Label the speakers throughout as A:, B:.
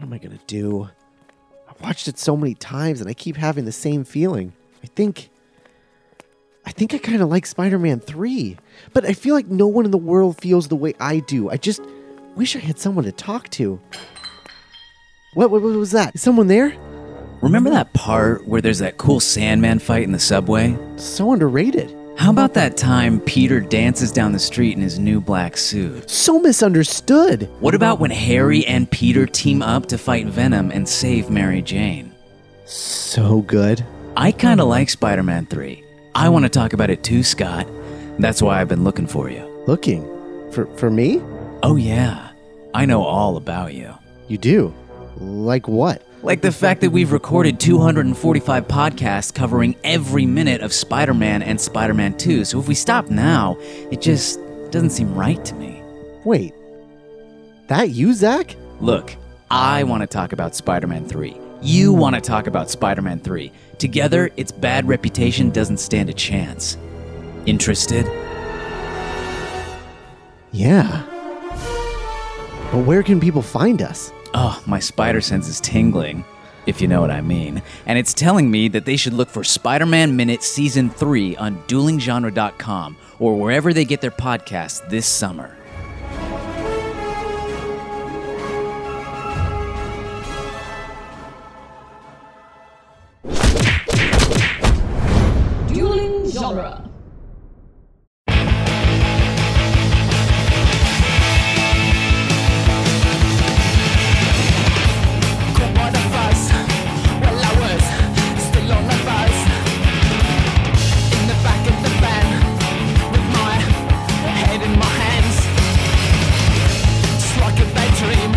A: am I going to do? I've watched it so many times and I keep having the same feeling. I think I think I kind of like Spider-Man 3, but I feel like no one in the world feels the way I do. I just wish I had someone to talk to. What, what, what was that? Is someone there?
B: Remember that part where there's that cool Sandman fight in the subway?
A: So underrated.
B: How about that time Peter dances down the street in his new black suit?
A: So misunderstood.
B: What about when Harry and Peter team up to fight Venom and save Mary Jane?
A: So good.
B: I kind of like Spider Man 3. I want to talk about it too, Scott. That's why I've been looking for you.
A: Looking for for me?
B: Oh, yeah. I know all about you.
A: You do. Like what?
B: Like the fact that we've recorded 245 podcasts covering every minute of Spider Man and Spider Man 2. So if we stop now, it just doesn't seem right to me.
A: Wait. That you, Zach?
B: Look, I want to talk about Spider Man 3. You want to talk about Spider Man 3. Together, its bad reputation doesn't stand a chance. Interested?
A: Yeah. But where can people find us?
B: Oh, my spider sense is tingling, if you know what I mean. And it's telling me that they should look for Spider Man Minute Season 3 on duelinggenre.com or wherever they get their podcasts this summer.
C: Dueling genre.
D: Grip on the bus. Well, I was still on the bus. In the back of the van, with my head in my hands. Just like a bad dream.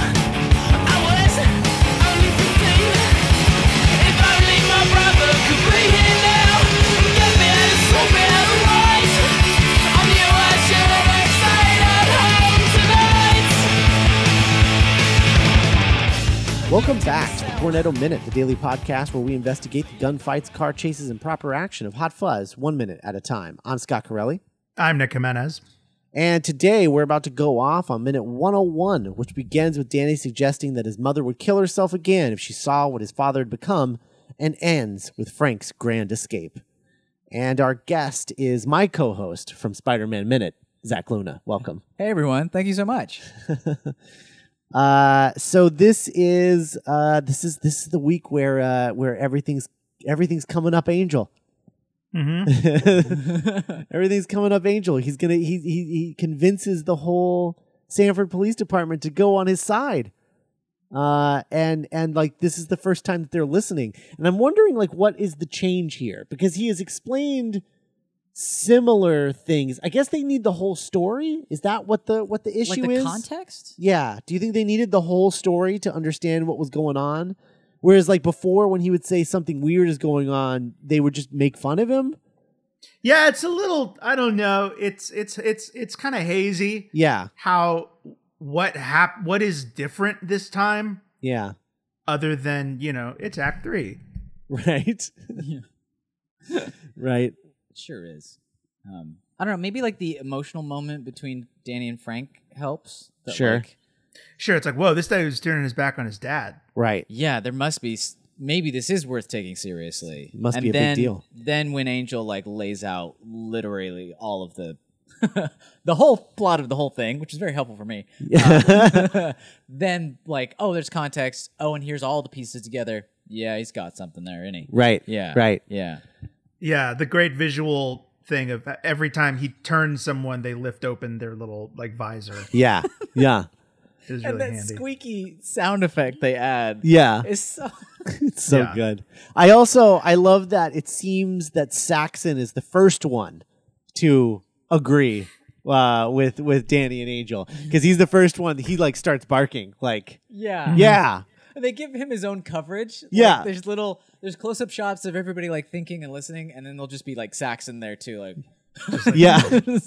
D: I was only 15. If only my brother could be here now. Get me a little bit of light. I knew I should have stayed at home tonight.
A: Welcome back to the Tornado Minute, the daily podcast where we investigate the gunfights, car chases, and proper action of hot fuzz one minute at a time. I'm Scott Corelli.
E: I'm Nick Jimenez.
A: And today we're about to go off on minute 101, which begins with Danny suggesting that his mother would kill herself again if she saw what his father had become, and ends with Frank's grand escape. And our guest is my co host from Spider Man Minute, Zach Luna. Welcome.
B: Hey, everyone. Thank you so much.
A: Uh, so this is uh, this is this is the week where uh, where everything's everything's coming up angel everything's coming up angel he's gonna he, he he convinces the whole sanford police department to go on his side uh and and like this is the first time that they're listening and i'm wondering like what is the change here because he has explained similar things i guess they need the whole story is that what the what the issue
F: like the
A: is
F: context?
A: yeah. Do you think they needed the whole story to understand what was going on? Whereas, like before, when he would say something weird is going on, they would just make fun of him.
E: Yeah, it's a little I don't know. It's it's it's it's kind of hazy
A: Yeah.
E: how what hap- what is different this time
A: Yeah.
E: other than, you know, it's act 3.
A: Right. right.
F: Sure is. Um, I don't know. Maybe like the emotional moment between Danny and Frank helps. that,
A: Sure.
F: like-
E: Sure, it's like, whoa, this guy was turning his back on his dad.
A: Right.
F: yeah, there must be. s- Maybe this is worth taking seriously.
A: Must
F: and
A: be a big
F: then,
A: deal.
F: Then when Angel like lays out literally all of the the whole plot of the whole thing, which is very helpful for me. Uh, then like, oh, there's context. Oh, and here's all the pieces together. Yeah, he's got something there, isn't he?
A: Right.
F: Yeah. Yeah.
E: Yeah, the great visual thing of every time he turns someone, they lift open their little like visor.
A: Yeah. Yeah.
E: It was
F: And
E: really
F: that
E: handy.
F: squeaky sound effect they add
A: Yeah.
F: is so
A: It's so
E: Yeah.
A: good. I also I love that it seems that Saxon is the first one to agree uh, with with Danny and Angel because he's the first one. He like starts barking like
F: yeah
A: yeah.
F: And they give him his own coverage. Like,
A: Yeah.
F: there's little there's close up shots of everybody like thinking and listening, and then they'll just be like Saxon there too, like
A: yeah.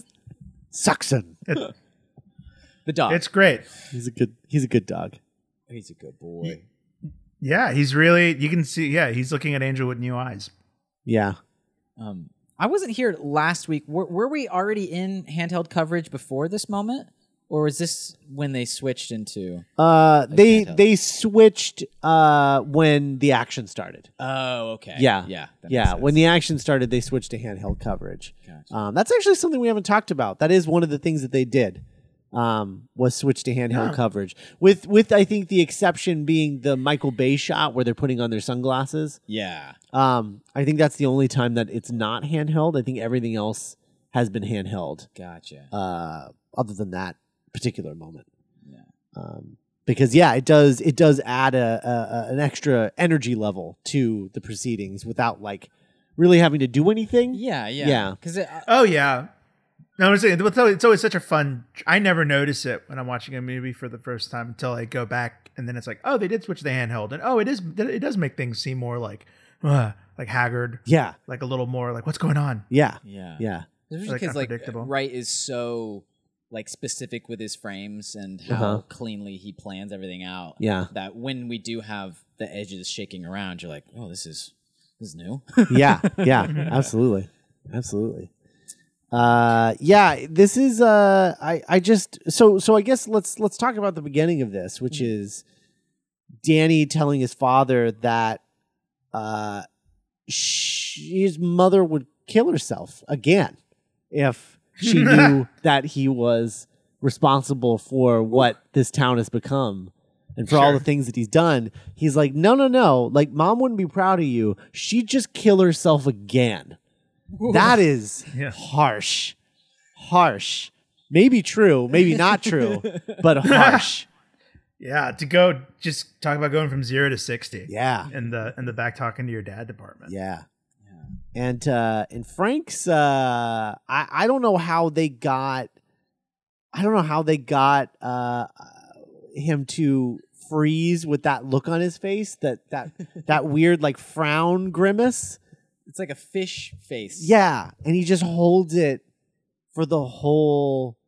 A: Saxon.
F: the dog.
E: It's great.
A: He's a good. He's a good dog.
F: He's a good boy.
E: Yeah, he's really you can see yeah, he's looking at Angel with new eyes.
A: Yeah.
F: Um, I wasn't here last week. Were, were we already in handheld coverage before this moment? or was this when they switched into?
A: Uh, they
F: tell.
A: they switched uh when the action started.
F: Oh, okay.
A: Yeah.
F: yeah, that makes
A: Yeah.
F: sense.
A: When the action started, they switched to handheld coverage. Um, that's actually something we haven't talked about. That is one of the things that they did um, was switch to handheld coverage. With with I think the exception being the Michael Bay shot where they're putting on their sunglasses.
F: yeah,
A: Um, I think that's the only time that it's not handheld. I think everything else has been handheld.
F: gotcha.
A: Uh, other than that particular moment. Um, because yeah, it does it does add a, a, a an extra energy level to the proceedings without like really having to do anything.
F: yeah, yeah,
A: yeah.
F: Because uh,
E: Oh yeah. No, I'm saying it's always- it's always such a fun. I never notice it when I'm watching a movie for the first time until I go back and then it's like, oh, they did switch the handheld, and oh, it is it does make things seem more like, uh, like haggard,
A: Yeah.
E: like a little more like what's going on.
A: Yeah.
F: yeah,
A: Yeah.
F: Especially
E: Like,
F: because like
E: unpredictable.
F: Wright is so like specific with his frames and how
A: Uh-huh.
F: cleanly he plans everything out.
A: Yeah.
F: That when we do have the edges shaking around, you're like, oh, this is this is new.
A: Yeah. Yeah. Absolutely. Absolutely. Uh yeah, this is uh I I just so so I guess let's let's talk about the beginning of this, which is Danny telling his father that uh sh his mother would kill herself again if she knew that he was responsible for what this town has become and for all the things that he's done. He's like, "No, no, no. Like mom wouldn't be proud of you. She'd just kill herself again." That is
E: Yeah.
A: harsh. Harsh. Maybe true, maybe not true, but harsh.
E: Yeah, to go just talk about going from zero to sixty.
A: Yeah.
E: in the in the back talking to your dad department.
A: Yeah. And uh and Frank's uh I I don't know how they got I don't know how they got uh him to freeze with that look on his face that that that weird like frown grimace.
F: it's like a fish face.
A: Yeah, and he just holds it for the whole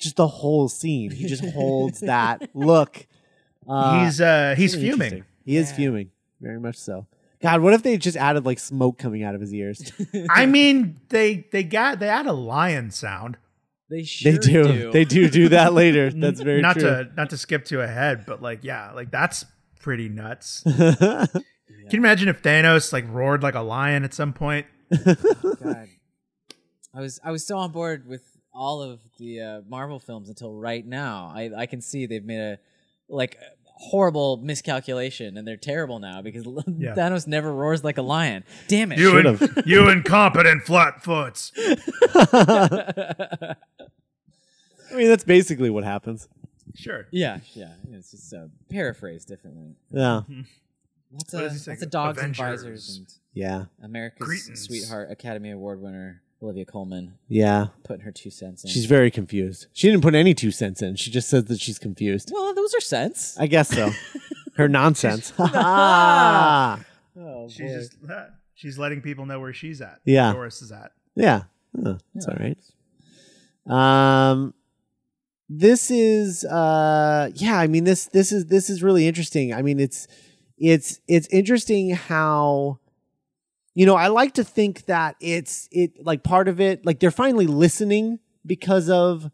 A: just the whole scene. He just holds that look. Uh,
E: he's uh he's
A: Really
E: fuming.
A: interesting. He is fuming, very much so. God, what if they just added like smoke coming out of his ears?
E: I mean, they they got they add a lion sound.
F: they sure
A: they do. They do do that later. That's very
E: not
A: true.
E: to not to skip to ahead, but like yeah, like that's pretty nuts. Can you imagine if Thanos like roared like a lion at some point?
F: God. I was I was so on board with all of the uh, Marvel films until right now. I I can see they've made a like a horrible miscalculation and they're terrible now because
E: Yeah.
F: Thanos never roars like a lion. Damn it.
E: You in, you incompetent flatfoots.
A: I mean, that's basically what happens.
E: Sure.
F: yeah, yeah. It's just uh, paraphrased differently.
A: Yeah,
F: That's
E: What
F: a,
E: does he say?
F: that's a dogs and
E: Avengers.
F: visors
A: yeah,
F: and America's
E: Cretins.
F: sweetheart Academy Award winner Olivia Coleman
A: yeah.
F: putting her two cents in.
A: She's very confused. She didn't put any two cents in. She just says that she's confused.
F: well, those are cents.
A: I guess so. Her nonsense. yeah,
F: oh,
E: She's
F: boy.
E: just uh, she's letting people know where she's at.
A: Yeah.
E: Doris is at.
A: Huh, that's all right. Um, this is uh, yeah. I mean this this is this is really interesting. I mean it's it's it's interesting how you know I like to think that it's it like part of it like they're finally listening because of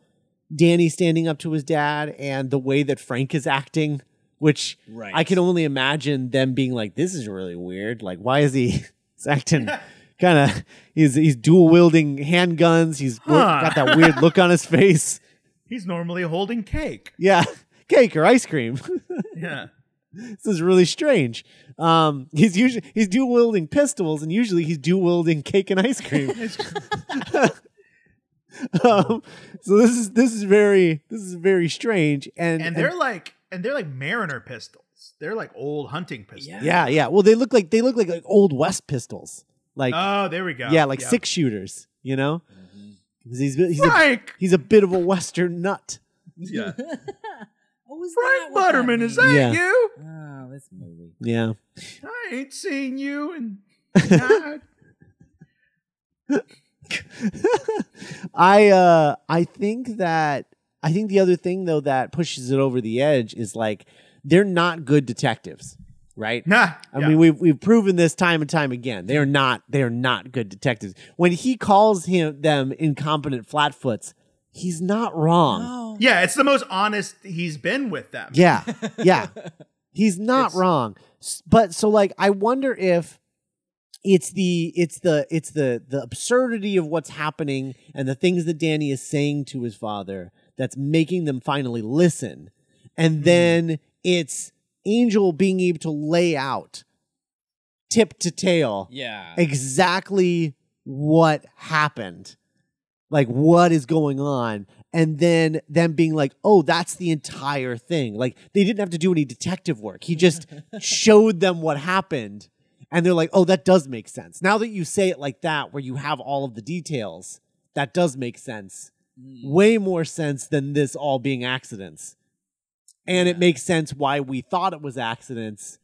A: Danny standing up to his dad and the way that Frank is acting, which
F: Right.
A: I can only imagine them being like, "This is really weird. Like, why is he he's acting?" Kind of, he's he's dual wielding handguns. He's got that weird look on his face.
E: He's normally holding cake.
A: Yeah, cake or ice cream.
E: Yeah.
A: this is really strange. Um, he's usually he's dual wielding pistols, and usually he's dual wielding cake and ice cream. um, so this is this is very this is very strange. And
E: And they're like and they're like mariner pistols. They're like old hunting pistols.
F: Yeah.
A: yeah yeah. Well, they look like they look like, like old west pistols. Like
E: Oh, there we go.
A: yeah, Mm-hmm. like six shooters. You know, 'Cause he's he's a,
E: Frank.
A: he's a bit of a western nut.
E: Yeah.
F: Oh, is that what
E: Frank
F: that
E: Butterman, is
F: means?
E: that
A: Yeah.
E: you?
F: Oh, this movie.
A: Yeah.
E: I ain't seen you and God.
A: I uh I think that I think the other thing though that pushes it over the edge is like they're not good detectives, right?
E: nah.
A: I
E: Yeah.
A: mean we've we've proven this time and time again. They are not they are not good detectives. When he calls him them incompetent flatfoots, he's not wrong.
E: Yeah, it's the most honest he's been with them.
A: Yeah. Yeah. He's not
E: It's-
A: wrong. S- But so like I wonder if it's the it's the it's the the absurdity of what's happening and the things that Danny is saying to his father that's making them finally listen. And then it's Angel being able to lay out tip to tail
F: Yeah.
A: exactly what happened like what is going on and then them being like oh that's the entire thing like they didn't have to do any detective work he just showed them what happened and they're like oh that does make sense now that you say it like that where you have all of the details that does make sense way more sense than this all being accidents and it makes sense why we thought it was accidents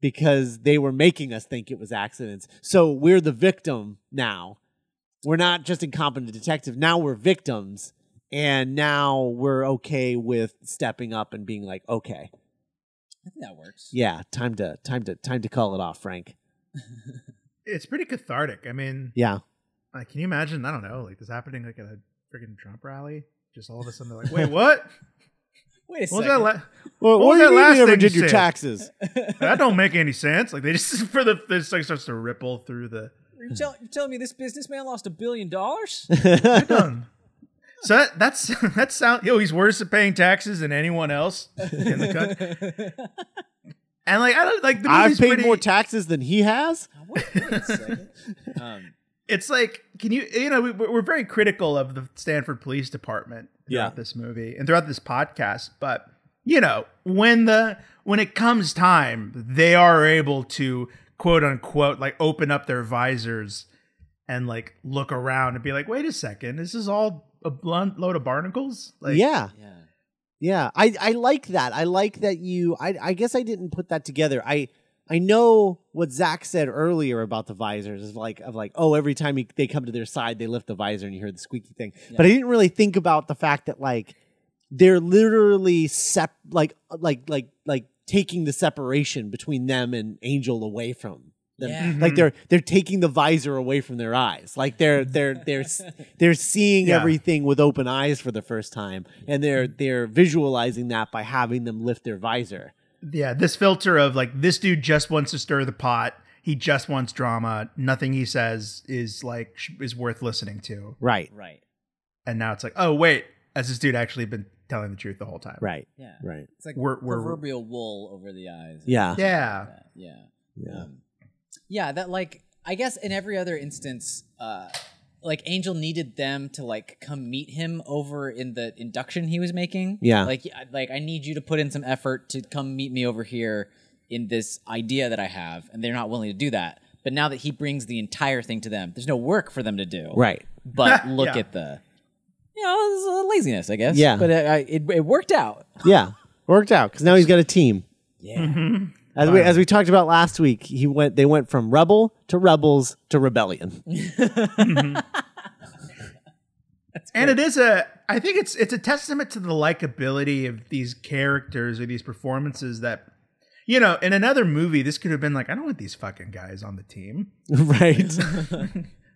A: because they were making us think it was accidents. So we're the victim now. We're not just incompetent detectives. Now we're victims. And now we're okay with stepping up and being like, okay,
F: I think that works.
A: yeah, time to time to time to call it off, Frank.
E: It's pretty cathartic. I mean,
A: Yeah.
E: like, can you imagine? I don't know, like this happening like at a freaking Trump rally. Just all of a sudden, they're like, "Wait, what?
F: Wait a
E: What
F: second.
E: was that? La-
A: Well,
E: What was that
A: you
E: last
A: never
E: thing
A: did
E: you
A: your
E: said?
A: taxes?
E: that don't make any sense." Like they just for the this like starts to ripple through the
F: You're, tell- you're telling me this businessman lost a billion dollars?
E: done. So that, that's that sound. Yo, he's worse at paying taxes than anyone else in the country. And like I don't like the
A: I've
E: movie's
A: paid
E: pretty,
A: more taxes than he has.
F: Wait, wait a second. Um,
E: it's like can you you know we, we're very critical of the stanford police department throughout
A: Yeah.
E: this movie and throughout this podcast but you know when the when it comes time they are able to quote unquote like open up their visors and like look around and be like wait a second this is all a blunt load of barnacles like
A: yeah.
F: yeah.
A: Yeah, I I like that. I like that you. I I guess I didn't put that together. I I know what Zach said earlier about the visors is like of like oh every time he, they come to their side they lift the visor and you hear the squeaky thing. But I didn't really think about the fact that like they're literally sep like uh, like like like taking the separation between them and Angel away from them.
F: Yeah.
A: Like they're they're taking the visor away from their eyes. Like they're they're they're s- they're seeing
E: Yeah.
A: everything with open eyes for the first time, and they're they're visualizing that by having them lift their visor.
E: yeah this filter of like this dude just wants to stir the pot he just wants drama nothing he says is like sh- is worth listening to
A: Right.
F: Right.
E: and now it's like, oh wait, has this dude actually been telling the truth the whole time?
A: Right.
F: Yeah.
A: Right.
F: It's like
E: We're- we're-
F: proverbial wool over the eyes.
A: Yeah.
E: Yeah.
F: Yeah.
A: Yeah.
F: Um, yeah. That like I guess in every other instance, uh, like Angel needed them to like come meet him over in the induction he was making.
A: Yeah.
F: Like I- like I need you to put in some effort to come meet me over here in this idea that I have, and they're not willing to do that. But now that he brings the entire thing to them, there's no work for them to do.
A: Right.
F: But look
E: Yeah.
F: at the. You know, it's a laziness, I guess.
A: Yeah.
F: But it, I- it, it worked out.
A: Yeah. Worked out because now he's got a team.
F: Yeah.
A: As we as we talked about last week, he went they went from rebel to rebels to rebellion.
E: And it is a I think it's it's a testament to the likability of these characters or these performances that you know, in another movie, this could have been like, I don't want these fucking guys on the team.
A: right.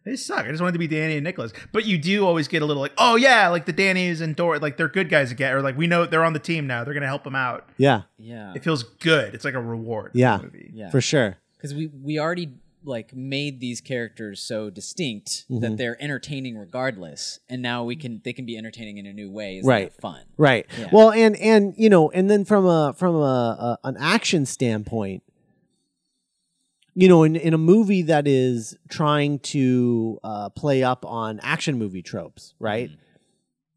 E: They suck. I just want it to be Danny and Nicholas. But you do always get a little like, oh yeah, like the Danny's and Dora, like they're good guys again, or like we know they're on the team now. They're gonna help them out.
A: Yeah.
F: Yeah.
E: It feels good. It's like a reward. for
A: Yeah.
E: the movie.
F: Yeah.
A: For sure.
F: because we we already like made these characters so distinct
A: Mm-hmm.
F: that they're entertaining regardless, and now we can they can be entertaining in a new way. Isn't
A: Right.
F: that fun?
A: Right.
F: Yeah.
A: Well, and and you know, and then from a from a, a an action standpoint, you know, in in a movie that is trying to uh, play up on action movie tropes, right?
E: Mm-hmm.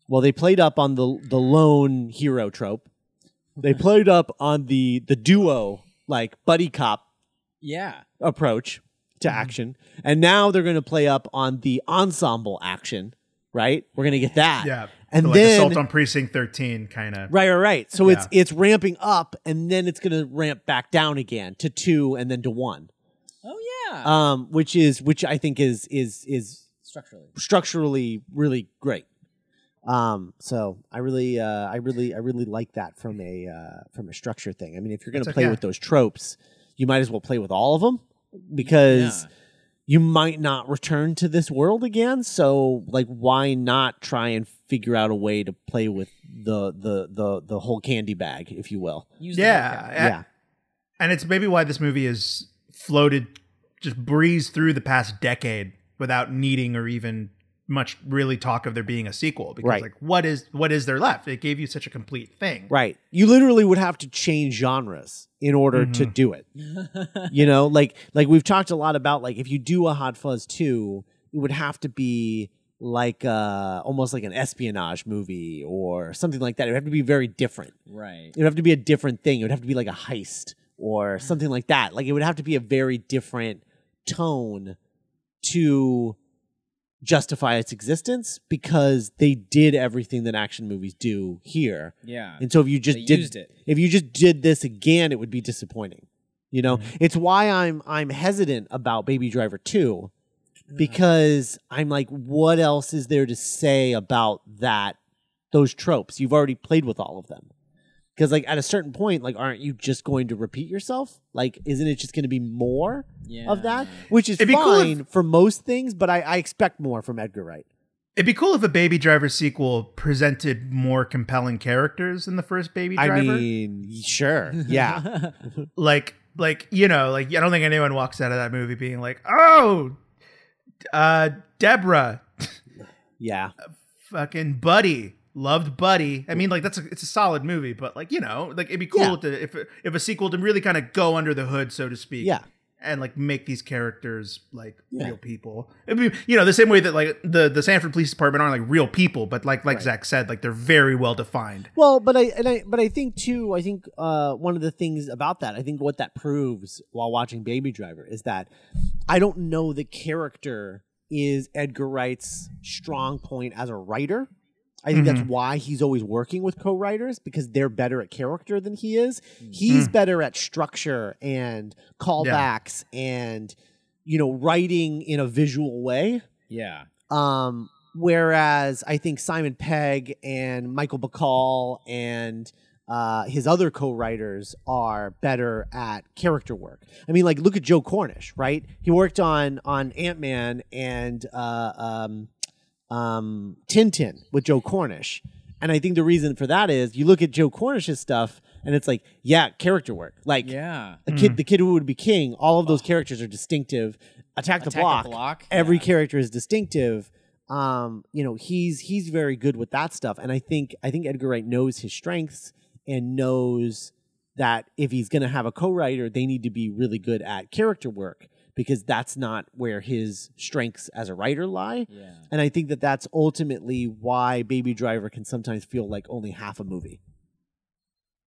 A: Well, they played up on the the lone hero trope. They played up on the the duo like buddy cop
F: Yeah,
A: approach
E: Mm-hmm.
A: to action, and now they're going to play up on the ensemble action, right? We're going to get that,
E: Yeah.
A: and
E: like
A: then
E: assault on precinct thirteen kind of
A: Right, right, right. So it's
E: Yeah.
A: it's ramping up and then it's gonna ramp back down again to two and then to one.
F: oh yeah,
A: Um, which is which I think is is is
F: structurally.
A: structurally really great. Um, so I really uh I really I really like that from a uh from a structure thing. I mean if you're gonna
E: That's
A: play
E: okay.
A: with those tropes, you might as well play with all of them because
F: Yeah.
A: you might not return to this world again. So like why not try and figure out a way to play with the the the the whole candy bag, if you will.
F: Use the
E: Yeah,
F: vocab.
E: a-
A: yeah.
E: and it's maybe why this movie is floated, just breezed through the past decade without needing or even much really talk of there being a sequel. Because
A: Right.
E: like, what is what is there left? It gave you such a complete thing.
A: Right. You literally would have to change genres in order to
F: Mm-hmm.
A: do it. you know, like like we've talked a lot about like if you do a Hot Fuzz 2, it would have to be like uh almost like an espionage movie or something like that. It would have to be very different.
F: right.
A: It would have to be a different thing. It would have to be like a heist or something like that. Like it would have to be a very different tone to justify its existence because they did everything that action movies do here.
F: Yeah.
A: And so if you just
F: They
A: did
F: used it.
A: if you just did this again, it would be disappointing. You know,
E: Mm-hmm.
A: it's why I'm I'm hesitant about Baby Driver 2 because I'm like what else is there to say about that those tropes? You've already played with all of them. Cuz like at a certain point like aren't you just going to repeat yourself? Like isn't it just going to be more
F: yeah.
A: of that? Which is
E: It'd be
A: fine
E: cool
A: for most things, but I I expect more from Edgar Wright.
E: It'd be cool if a Baby Driver sequel presented more compelling characters than the first Baby Driver.
A: I mean, sure. Yeah.
E: like like you know like i don't think anyone walks out of that movie being like oh uh deborah
A: yeah.
E: fucking buddy loved buddy i mean like that's a, it's a solid movie but like you know like it'd be cool
A: Yeah.
E: to if if a sequel to really kind of go under the hood so to speak
A: Yeah.
E: and like make these characters like
A: Yeah.
E: real people I mean, you know the same way that like the the sanford police department aren't like real people but like like zach said like they're very well defined
A: Well, but I and I but I think too. I think uh, one of the things about that, I think what that proves while watching Baby Driver is that I don't know the character is Edgar Wright's strong point as a writer. I think that's why he's always working with co-writers because they're better at character than he is. He's better at structure and callbacks and you know writing in a visual way.
F: yeah.
A: Um, whereas I think Simon Pegg and Michael Bacall and uh, his other co-writers are better at character work. I mean, like look at Joe Cornish, right? He worked on on Ant Man and uh, um, um, Tintin with Joe Cornish, and I think the reason for that is you look at Joe Cornish's stuff, and it's like, yeah, character work. Like
F: Yeah.
A: a kid, the kid who would be king. All of those characters are distinctive. Attack the
F: Attack the
A: block.
F: Block,
A: Every
F: yeah.
A: character is distinctive. Um, you know, he's he's very good with that stuff, and I think I think Edgar Wright knows his strengths and knows that if he's going to have a co-writer, they need to be really good at character work because that's not where his strengths as a writer lie.
F: Yeah.
A: And I think that that's ultimately why Baby Driver can sometimes feel like only half a movie.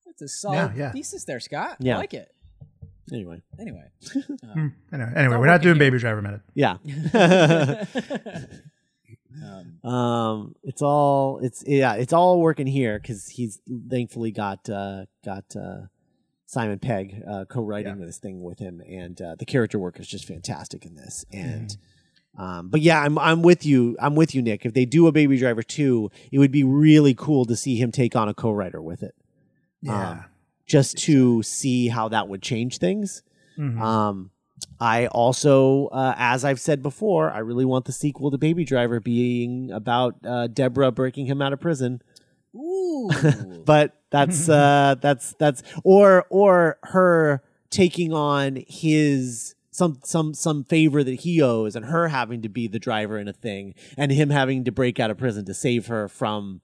F: That's a solid
E: Yeah, yeah.
F: thesis there, Scott.
A: Yeah.
F: I like it.
A: Anyway,
F: Anyway.
E: Hmm. anyway, anyway
F: not
E: we're not
F: working
E: doing
F: here.
E: baby driver minute
A: yeah.
F: um,
A: Um, it's all it's yeah, it's all working here because he's thankfully got uh got uh Simon Pegg uh co-writing this thing with him, and uh, the character work is just fantastic in this. And um, but yeah, I'm I'm with you, I'm with you, Nick. If they do a Baby Driver two, it would be really cool to see him take on a co-writer with it,
E: yeah
A: Um, just to see how that would change things.
E: Mhm.
A: Um, I also, uh, as I've said before, I really want the sequel to Baby Driver being about uh, Deborah breaking him out of prison.
F: ooh.
A: But that's uh, that's that's or or her taking on his some some some favor that he owes, and her having to be the driver in a thing, and him having to break out of prison to save her from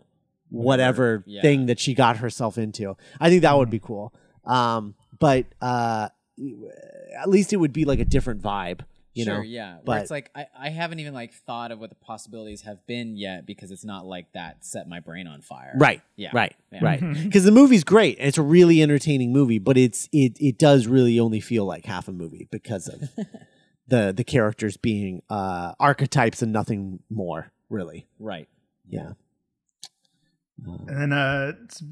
A: whatever
F: yeah. Mm.
A: thing that she got herself into. I think that would be cool. Um, but uh, at least it would be like a different vibe, you
F: sure,
A: know?
F: yeah. Where
A: but-
F: it's like I, I haven't even like thought of what the possibilities have been yet because it's not like that set my brain on fire.
A: Right.
F: Yeah.
A: Right.
F: Yeah. Mm-hmm.
A: Right. Because the movie's great and it's a really entertaining movie, but it's it it does really only feel like half a movie because of the the characters being uh archetypes and nothing more, really.
F: Right.
A: Yeah.
E: And then uh s-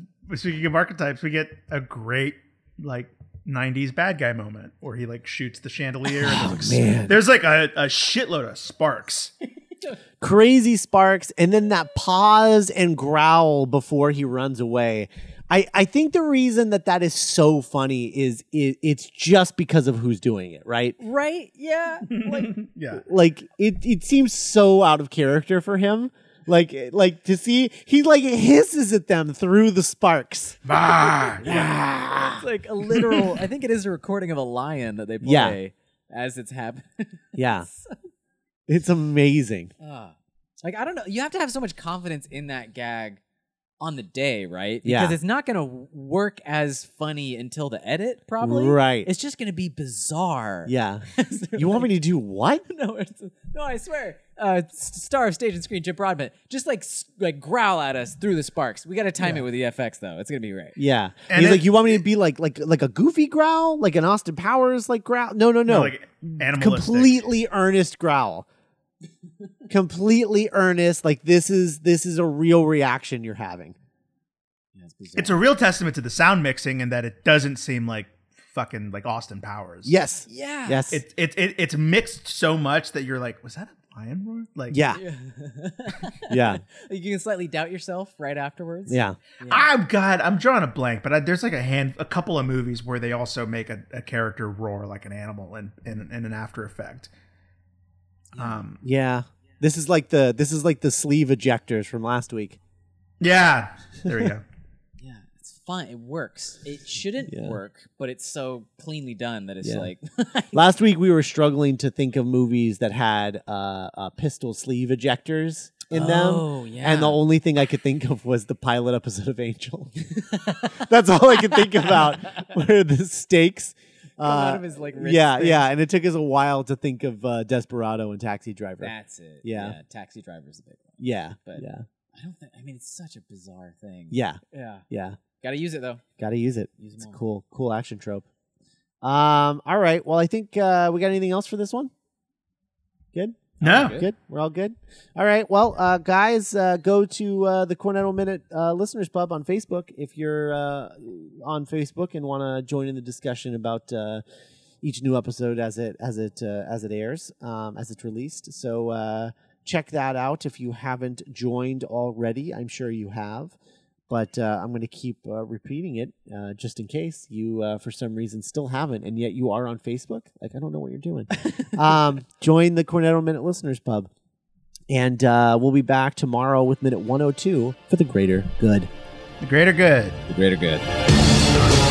E: speaking of archetypes, we get a great like 90s bad guy moment where he like shoots the chandelier and there's, like, s-
A: Oh, man.
E: there's like a, a shitload of sparks.
A: Crazy sparks and then that pause and growl before he runs away. I, I think the reason that that is so funny is it, it's just because of who's doing it, right?
F: Right. Yeah. Like
E: Yeah.
A: like it it seems so out of character for him like like to see he like hisses at them through the sparks.
E: Bah!
F: It's like a literal. I think it is a recording of a lion that they
A: Yeah.
F: play as it's happening.
A: Yeah, it's amazing.
F: Ah. like I don't know. You have to have so much confidence in that gag on the day, right?
A: Yeah.
F: Because it's not going to work as funny until the edit, probably.
A: Right.
F: It's just going to be bizarre.
A: Yeah, you want me to do what?
F: no, it's, no, I swear. Uh, s- star of stage and screen, Chip Rodman, just like s- like growl at us through the sparks. We got to time it with the FX though. It's gonna be right.
A: Yeah,
E: And
A: he's
E: it-
A: like, you want me to be like like like a goofy growl, like an Austin Powers like growl? No, no, no,
E: like animalistic.
A: completely earnest growl, completely earnest. Like this is this is a real reaction you're having.
E: It's a real testament to the sound mixing and that it doesn't seem like fucking like Austin Powers.
A: Yes,
F: Yeah.
A: yes,
E: It, it, it, it's mixed so much that you're like, was that a lion roar? Like,
A: yeah, yeah,
F: you can slightly doubt yourself right afterwards.
A: yeah.
E: I'm God. I'm drawing a blank, but I, there's like a hand, a couple of movies where they also make a, a character roar like an animal in in, in an After Effect. Um.
A: Yeah. This is like the this is like the sleeve ejectors from last week.
E: Yeah. There we go.
F: Yeah. It's fun. It works. It shouldn't
A: Yeah.
F: work, but it's so cleanly done that it's
A: Yeah.
F: like
A: Last week we were struggling to think of movies that had uh, uh pistol sleeve ejectors in them.
F: Oh, yeah.
A: And the only thing I could think of was the pilot episode of Angel. That's all I could think about were the stakes.
F: out
A: Uh,
F: of his, like, wrist
A: yeah,
F: thing.
A: yeah, and it took us a while to think of uh, Desperado and Taxi Driver.
F: that's it.
A: Yeah.
F: Taxi driver's a big one.
A: yeah,
F: But-
A: yeah,
F: I don't think. I mean, it's such a bizarre thing.
A: yeah,
F: Yeah.
A: yeah.
F: Got to use it though.
A: Got to use it.
F: Use 'em
A: it's a
F: all.
A: cool, cool action trope. Um, all right. Well, I think uh, we got anything else for this one? Good.
E: No.
A: Good. We're all good. All right. Well, uh, guys, uh, go to uh, the Cornetto Minute uh, Listeners Pub on Facebook if you're uh, on Facebook and want to join in the discussion about uh, each new episode as it as it uh, as it airs um, as it's released. So uh, check that out if you haven't joined already. I'm sure you have. But uh, I'm going to keep uh, repeating it uh, just in case you, uh, for some reason, still haven't, and yet you are on Facebook. Like, I don't know what you're doing um, join the Cornetto Minute Listeners Pub. And uh, we'll be back tomorrow oh with Minute 102 for the greater good.
E: The greater good.
F: The greater good.
D: Thank